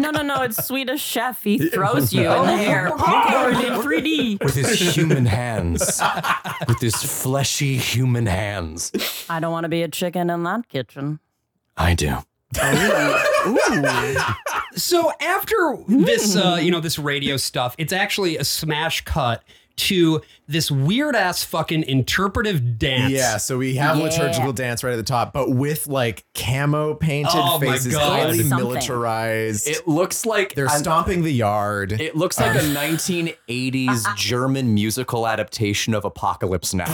Speaker 2: no, no, no. It's Swedish chef. He throws you in
Speaker 1: [laughs]
Speaker 2: the air. Popcorn in 3D.
Speaker 3: with his human hands, with his fleshy human hands.
Speaker 2: I don't want to be a chicken in that kitchen.
Speaker 3: I do.
Speaker 2: Oh,
Speaker 1: [laughs] So after this, uh, you know, this radio stuff, it's actually a smash cut to this weird ass fucking interpretive dance.
Speaker 4: Yeah, so we have
Speaker 2: Yeah.
Speaker 4: liturgical dance right at the top, but with like camo painted
Speaker 1: Oh my
Speaker 4: faces,
Speaker 1: God.
Speaker 4: highly
Speaker 2: Something.
Speaker 4: militarized.
Speaker 3: It looks like
Speaker 4: They're
Speaker 3: an-
Speaker 4: stomping the yard.
Speaker 3: It looks like a [laughs] 1980s German musical adaptation of Apocalypse Now.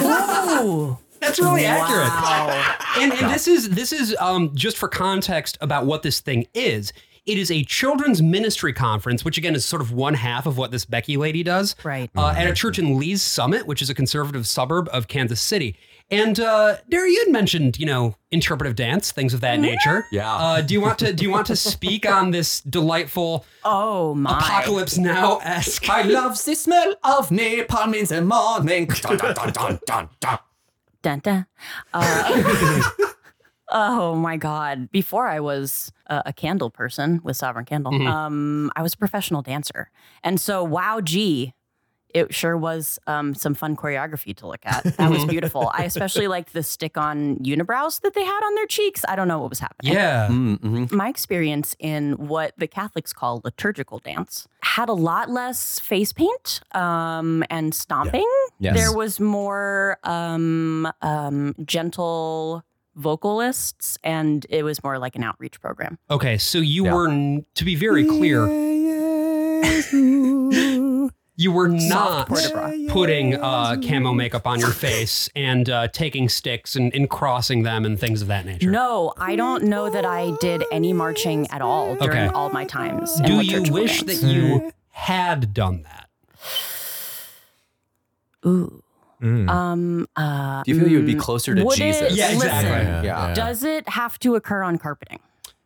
Speaker 2: Ooh.
Speaker 1: That's really accurate.
Speaker 2: Wow.
Speaker 1: And, and this is this is um, just for context about what this thing is. It is a children's ministry conference, which again is sort of one half of what this Becky lady does.
Speaker 2: Right.
Speaker 1: uh, at a church in Lee's Summit, which is a conservative suburb of Kansas City. And uh, Derry, you had mentioned, you know, interpretive dance, things of that
Speaker 2: Mm-hmm.
Speaker 1: nature.
Speaker 3: Yeah.
Speaker 1: Uh, do you want to do you want to speak on this delightful
Speaker 2: Oh, my.
Speaker 1: apocalypse now esque?
Speaker 3: [laughs] I love the smell of napalm in the morning. Dun, dun, dun, dun, dun, dun.
Speaker 2: Dun, dun. Uh, [laughs] oh my God. Before I was a, a candle person with Sovereign Candle, um, I was a professional dancer. And so, wow, gee, it sure was um, some fun choreography to look at. That was beautiful. I especially liked the stick on unibrows that they had on their cheeks. I don't know what was happening.
Speaker 1: Yeah.
Speaker 3: Mm-hmm.
Speaker 2: My experience in what the Catholics call liturgical dance had a lot less face paint um, and stomping.
Speaker 3: Yes.
Speaker 2: There was more um, um, gentle vocalists, and it was more like an outreach program.
Speaker 1: Okay. So you
Speaker 3: Yeah.
Speaker 1: were, n- to be very
Speaker 2: Mm.
Speaker 1: clear, you were not
Speaker 2: porta bra.
Speaker 1: putting uh, camo makeup
Speaker 4: [laughs]
Speaker 1: on your face and uh, taking sticks and, and crossing them and things of that nature.
Speaker 2: No, I don't know that I did any marching at all during
Speaker 1: Okay.
Speaker 2: all my times. in
Speaker 1: Do you
Speaker 2: liturgical
Speaker 1: wish
Speaker 2: dance.
Speaker 1: that you had done that?
Speaker 2: Ooh.
Speaker 4: Mm.
Speaker 2: Um. Uh,
Speaker 3: Do you feel you would be
Speaker 2: mm,
Speaker 3: closer to
Speaker 2: would
Speaker 3: Jesus?
Speaker 2: it-
Speaker 1: Yeah,
Speaker 2: listen,
Speaker 1: exactly.
Speaker 3: Yeah.
Speaker 2: Does it have to occur on carpeting?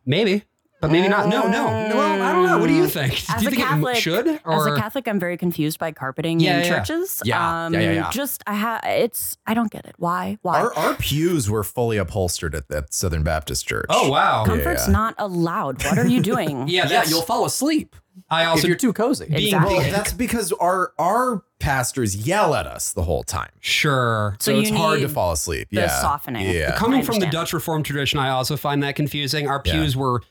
Speaker 1: Maybe, but maybe not. No, no. no well, I don't know. What do you think?
Speaker 2: As
Speaker 1: do you
Speaker 2: a
Speaker 1: think
Speaker 2: Catholic-
Speaker 1: it should? Or
Speaker 2: As a Catholic, I'm very confused by carpeting
Speaker 1: Yeah,
Speaker 2: in
Speaker 1: yeah, yeah.
Speaker 2: churches.
Speaker 3: Yeah,
Speaker 2: Um,
Speaker 3: yeah, yeah, yeah.
Speaker 2: Just I ha- It's I don't get it. Why? Why?
Speaker 4: Our, our pews were fully upholstered at that Southern Baptist church.
Speaker 1: oh wow.
Speaker 4: Com-
Speaker 2: Comfort's
Speaker 4: yeah.
Speaker 2: not allowed. What are you
Speaker 1: [laughs]
Speaker 2: doing?
Speaker 1: Yeah,
Speaker 3: Yeah,
Speaker 1: that's,
Speaker 3: you'll fall asleep
Speaker 1: I
Speaker 3: if
Speaker 1: also
Speaker 3: you're too cozy.
Speaker 1: being
Speaker 2: Exactly.
Speaker 1: big-
Speaker 4: that's because our our pastors yell at us the whole time,
Speaker 1: sure.
Speaker 4: so,
Speaker 2: So
Speaker 4: it's
Speaker 2: you
Speaker 4: hard to
Speaker 2: need
Speaker 4: fall asleep.
Speaker 2: the
Speaker 4: yeah,
Speaker 2: softening.
Speaker 4: Yeah,
Speaker 1: Coming
Speaker 2: I
Speaker 1: from the
Speaker 2: understand.
Speaker 1: Dutch Reformed tradition, I also find that confusing. Our
Speaker 4: Yeah.
Speaker 1: pews were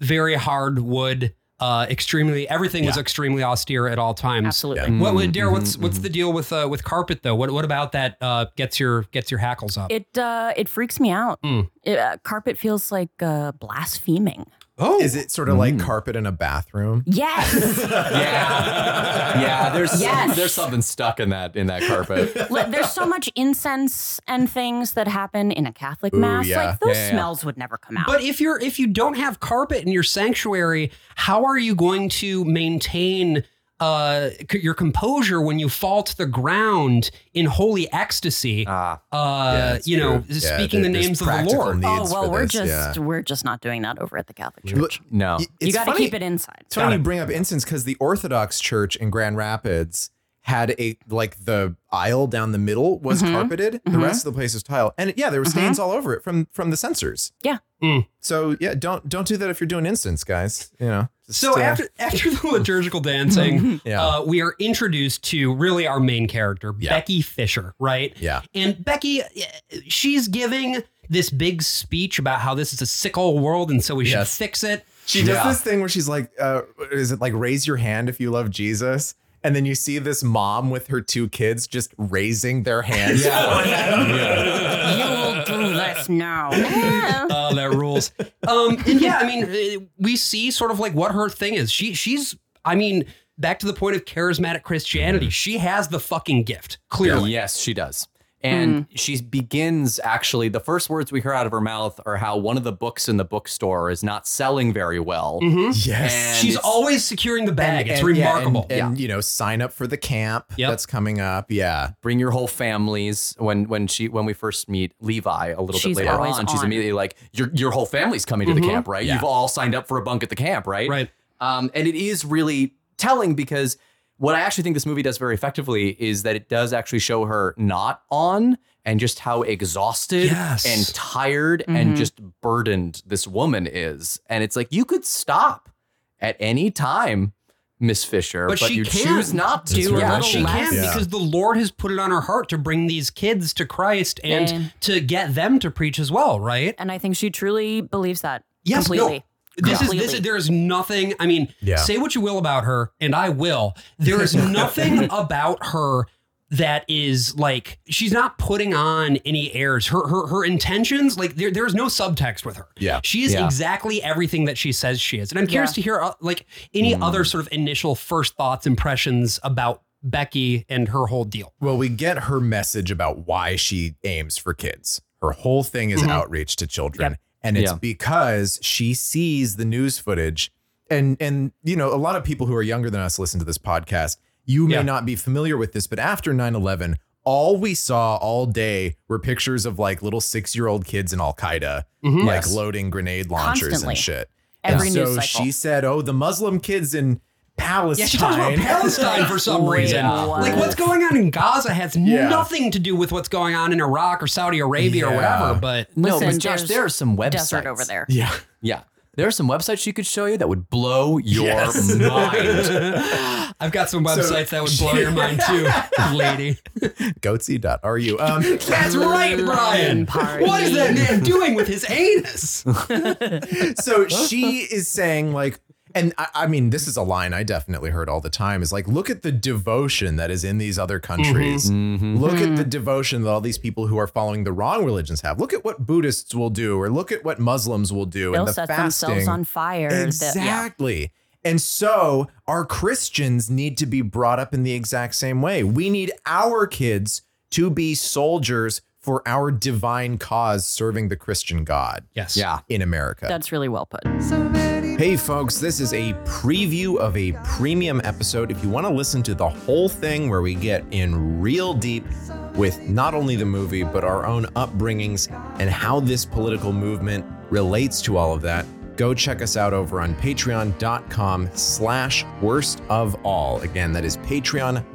Speaker 1: very hard wood, uh, extremely. Everything was
Speaker 4: Yeah.
Speaker 1: extremely austere at all times.
Speaker 2: Absolutely.
Speaker 3: Yeah.
Speaker 4: Mm-hmm,
Speaker 1: What would
Speaker 3: Mhm,
Speaker 1: Dare? What's
Speaker 3: mhm,
Speaker 1: what's
Speaker 3: mhm.
Speaker 1: the deal with uh, with carpet though? What what about that uh, gets your gets your hackles up?
Speaker 2: It uh, it freaks me out.
Speaker 4: Hmm.
Speaker 1: Mm.
Speaker 2: It, uh, carpet feels like uh, blaspheming.
Speaker 1: oh,
Speaker 4: is it sort of like
Speaker 3: Mm.
Speaker 4: carpet in a bathroom?
Speaker 2: Yes, [laughs]
Speaker 3: Yeah,
Speaker 4: [laughs]
Speaker 3: yeah. There's
Speaker 2: Yes.
Speaker 3: there's something stuck in that in that carpet.
Speaker 2: Li- there's so much incense and things that happen in a Catholic
Speaker 4: Ooh,
Speaker 2: mass.
Speaker 4: yeah.
Speaker 2: Like those
Speaker 3: Yeah, yeah, yeah.
Speaker 2: smells would never come out.
Speaker 1: But if you're if you don't have carpet in your sanctuary, how are you going to maintain uh, c- your composure when you fall to the ground in holy ecstasy? Uh,
Speaker 3: Ah,
Speaker 4: that's
Speaker 1: you know,
Speaker 4: true. Yeah,
Speaker 1: speaking
Speaker 4: there-
Speaker 1: the
Speaker 4: there's
Speaker 1: names of the
Speaker 4: practical
Speaker 1: Lord.
Speaker 4: need-
Speaker 2: oh
Speaker 4: needs
Speaker 2: well,
Speaker 4: for
Speaker 2: we're
Speaker 4: this,
Speaker 2: just
Speaker 4: yeah.
Speaker 2: we're just not doing that over at the Catholic
Speaker 4: Look,
Speaker 2: Church.
Speaker 3: no.
Speaker 2: you
Speaker 4: it's
Speaker 2: got to
Speaker 4: funny-
Speaker 2: keep it inside.
Speaker 4: [laughs] It's funny you bring up incense because the Orthodox Church in Grand Rapids had a like the aisle down the middle was
Speaker 2: Mhm.
Speaker 4: carpeted.
Speaker 2: Mhm.
Speaker 4: The rest of the place was tile, and yeah, there were stains all over it from from the censors.
Speaker 2: Mm-hmm. Yeah.
Speaker 1: Mm.
Speaker 4: So yeah, don't don't do that if you're doing incense, guys. You know. just,
Speaker 1: so
Speaker 4: uh,
Speaker 1: after after the liturgical dancing,
Speaker 4: yeah,
Speaker 1: uh, we are introduced to really our main character,
Speaker 4: Yeah.
Speaker 1: Becky Fisher, right?
Speaker 4: yeah,
Speaker 1: And Becky, eh, she's giving this big speech about how this is a sick old world, and so we
Speaker 4: Yes.
Speaker 1: should fix it.
Speaker 4: she does this thing where she's like, uh, "Is it like raise your hand if you love Jesus?" And then you see this mom with her two kids just raising their hands.
Speaker 3: [laughs]
Speaker 2: you will do this
Speaker 4: [laughs]
Speaker 2: now.
Speaker 1: Oh, that rules. Um, and yeah, I mean, uh, we see sort of like what her thing is. She she's, I mean, back to the point of charismatic
Speaker 4: Mm-hmm.
Speaker 1: Christianity. She has the fucking gift, clearly.
Speaker 3: Yes, she does. And
Speaker 2: Hmm.
Speaker 3: she begins actually, the first words we hear out of her mouth are how one of the books in the bookstore is not selling very well.
Speaker 2: Mm-hmm.
Speaker 1: Mhm.
Speaker 4: Yes.
Speaker 3: And
Speaker 1: She's
Speaker 3: it's-
Speaker 1: always securing the bag. it's
Speaker 4: yeah,
Speaker 1: remarkable.
Speaker 4: and, and, you know, sign up for the camp
Speaker 1: Yep.
Speaker 4: that's coming up. Yeah.
Speaker 3: Bring your whole families. When when she when we first meet Levi a little
Speaker 2: She's
Speaker 3: bit later on,
Speaker 2: always
Speaker 3: she's
Speaker 2: on. Mm-hmm.
Speaker 3: immediately like, Your your whole family's coming to the camp, right? You've all signed up for a bunk at the camp, right?
Speaker 1: right.
Speaker 3: Um, and it is really telling because what I actually think this movie does very effectively is that it does actually show her not on and just how exhausted
Speaker 1: Yes.
Speaker 3: and tired
Speaker 2: Mhm.
Speaker 3: and just burdened this woman is. And it's like, you could stop at any time, Miss Fisher,
Speaker 1: But
Speaker 3: but,
Speaker 1: she
Speaker 3: you
Speaker 1: can't
Speaker 3: choose not to.
Speaker 2: do a
Speaker 1: Yeah,
Speaker 2: little
Speaker 1: she
Speaker 2: less.
Speaker 1: can
Speaker 4: Yeah.
Speaker 1: because the Lord has put it on her heart to bring these kids to Christ and
Speaker 2: Yeah.
Speaker 1: to get them to preach as well, right?
Speaker 2: and I think she truly believes that
Speaker 1: Yes, no.
Speaker 2: completely.
Speaker 1: This is this
Speaker 2: Completely.
Speaker 1: is there is nothing. I mean,
Speaker 4: Yeah.
Speaker 1: say what you will about her, and I will. There is nothing about her that is like she's not putting on any airs. Her her her intentions, like there there is no subtext with her.
Speaker 4: Yeah.
Speaker 1: She is
Speaker 3: Yeah.
Speaker 1: exactly everything that she says she is. And I'm curious
Speaker 2: Yeah.
Speaker 1: to hear uh, like any
Speaker 3: Mm.
Speaker 1: other sort of initial first thoughts, impressions about Becky and her whole deal.
Speaker 4: Well, we get her message about why she aims for kids. Her whole thing is
Speaker 1: Mhm.
Speaker 4: outreach to children. And it's
Speaker 3: Yeah.
Speaker 4: because she sees the news footage. And and you know, a lot of people who are younger than us listen to this podcast. You may
Speaker 1: Yeah.
Speaker 4: not be familiar with this, but after 9-11, all we saw all day were pictures of like little six-year-old kids in Al-Qaeda,
Speaker 1: Mhm.
Speaker 4: like
Speaker 3: Yes.
Speaker 4: loading grenade launchers
Speaker 2: Constantly.
Speaker 4: and shit.
Speaker 2: Every
Speaker 4: and
Speaker 2: news
Speaker 4: so
Speaker 2: cycle.
Speaker 4: she said, Oh, the Muslim kids in Palestine.
Speaker 1: Yeah, she talks about Palestine
Speaker 4: [laughs]
Speaker 1: for some
Speaker 2: Wait,
Speaker 1: reason.
Speaker 3: what?
Speaker 1: Like what's going on in Gaza has
Speaker 4: Yeah.
Speaker 1: nothing to do with what's going on in Iraq or Saudi Arabia or
Speaker 4: Yeah.
Speaker 1: whatever. But
Speaker 3: No,
Speaker 2: Listen,
Speaker 3: but Josh,
Speaker 2: there's
Speaker 3: there are some websites
Speaker 2: Desert over there.
Speaker 4: Yeah.
Speaker 3: Yeah, There are some websites you could show you that would blow your
Speaker 1: [laughs]
Speaker 3: mind.
Speaker 1: I've got some websites that would blow your mind
Speaker 4: [laughs]
Speaker 1: too, lady.
Speaker 4: Goatsy.ru. Um,
Speaker 1: [laughs] That's right, Brian.
Speaker 2: Lion party.
Speaker 1: What is that man doing with his anus?
Speaker 4: so she is saying like and I, I mean this is a line i definitely heard all the time is like look at the devotion that is in these other
Speaker 3: Mm-hmm.
Speaker 4: countries look at
Speaker 2: Mm-hmm.
Speaker 4: the devotion that all these people who are following the wrong religions have look at what buddhists will do or look at what muslims will do
Speaker 2: They'll
Speaker 4: and the
Speaker 2: set
Speaker 4: fasting
Speaker 2: themselves on fire. The- yeah.
Speaker 4: Exactly. And so our Christians need to be brought up in the exact same way. We need our kids to be soldiers for our divine cause serving the Christian God
Speaker 1: Yes.
Speaker 3: yeah.
Speaker 4: in America.
Speaker 2: That's really well put.
Speaker 5: So many
Speaker 4: Hey, folks, this is a preview of a premium episode. If you want to listen to the whole thing where we get in real deep with not only the movie, but our own upbringings and how this political movement relates to all of that, go check us out over on patreon.com slash worst of all. Again, that is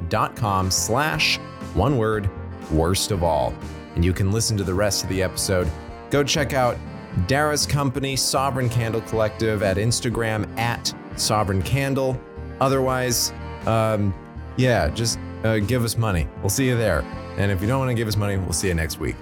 Speaker 4: patreon.com slash one word worst of all. And you can listen to the rest of the episode. Go check out Dara's company, Sovereign Candle Collective, at Instagram at Sovereign Candle. Otherwise, um, yeah, just uh, give us money. We'll see you there. And if you don't want to give us money, we'll see you next week.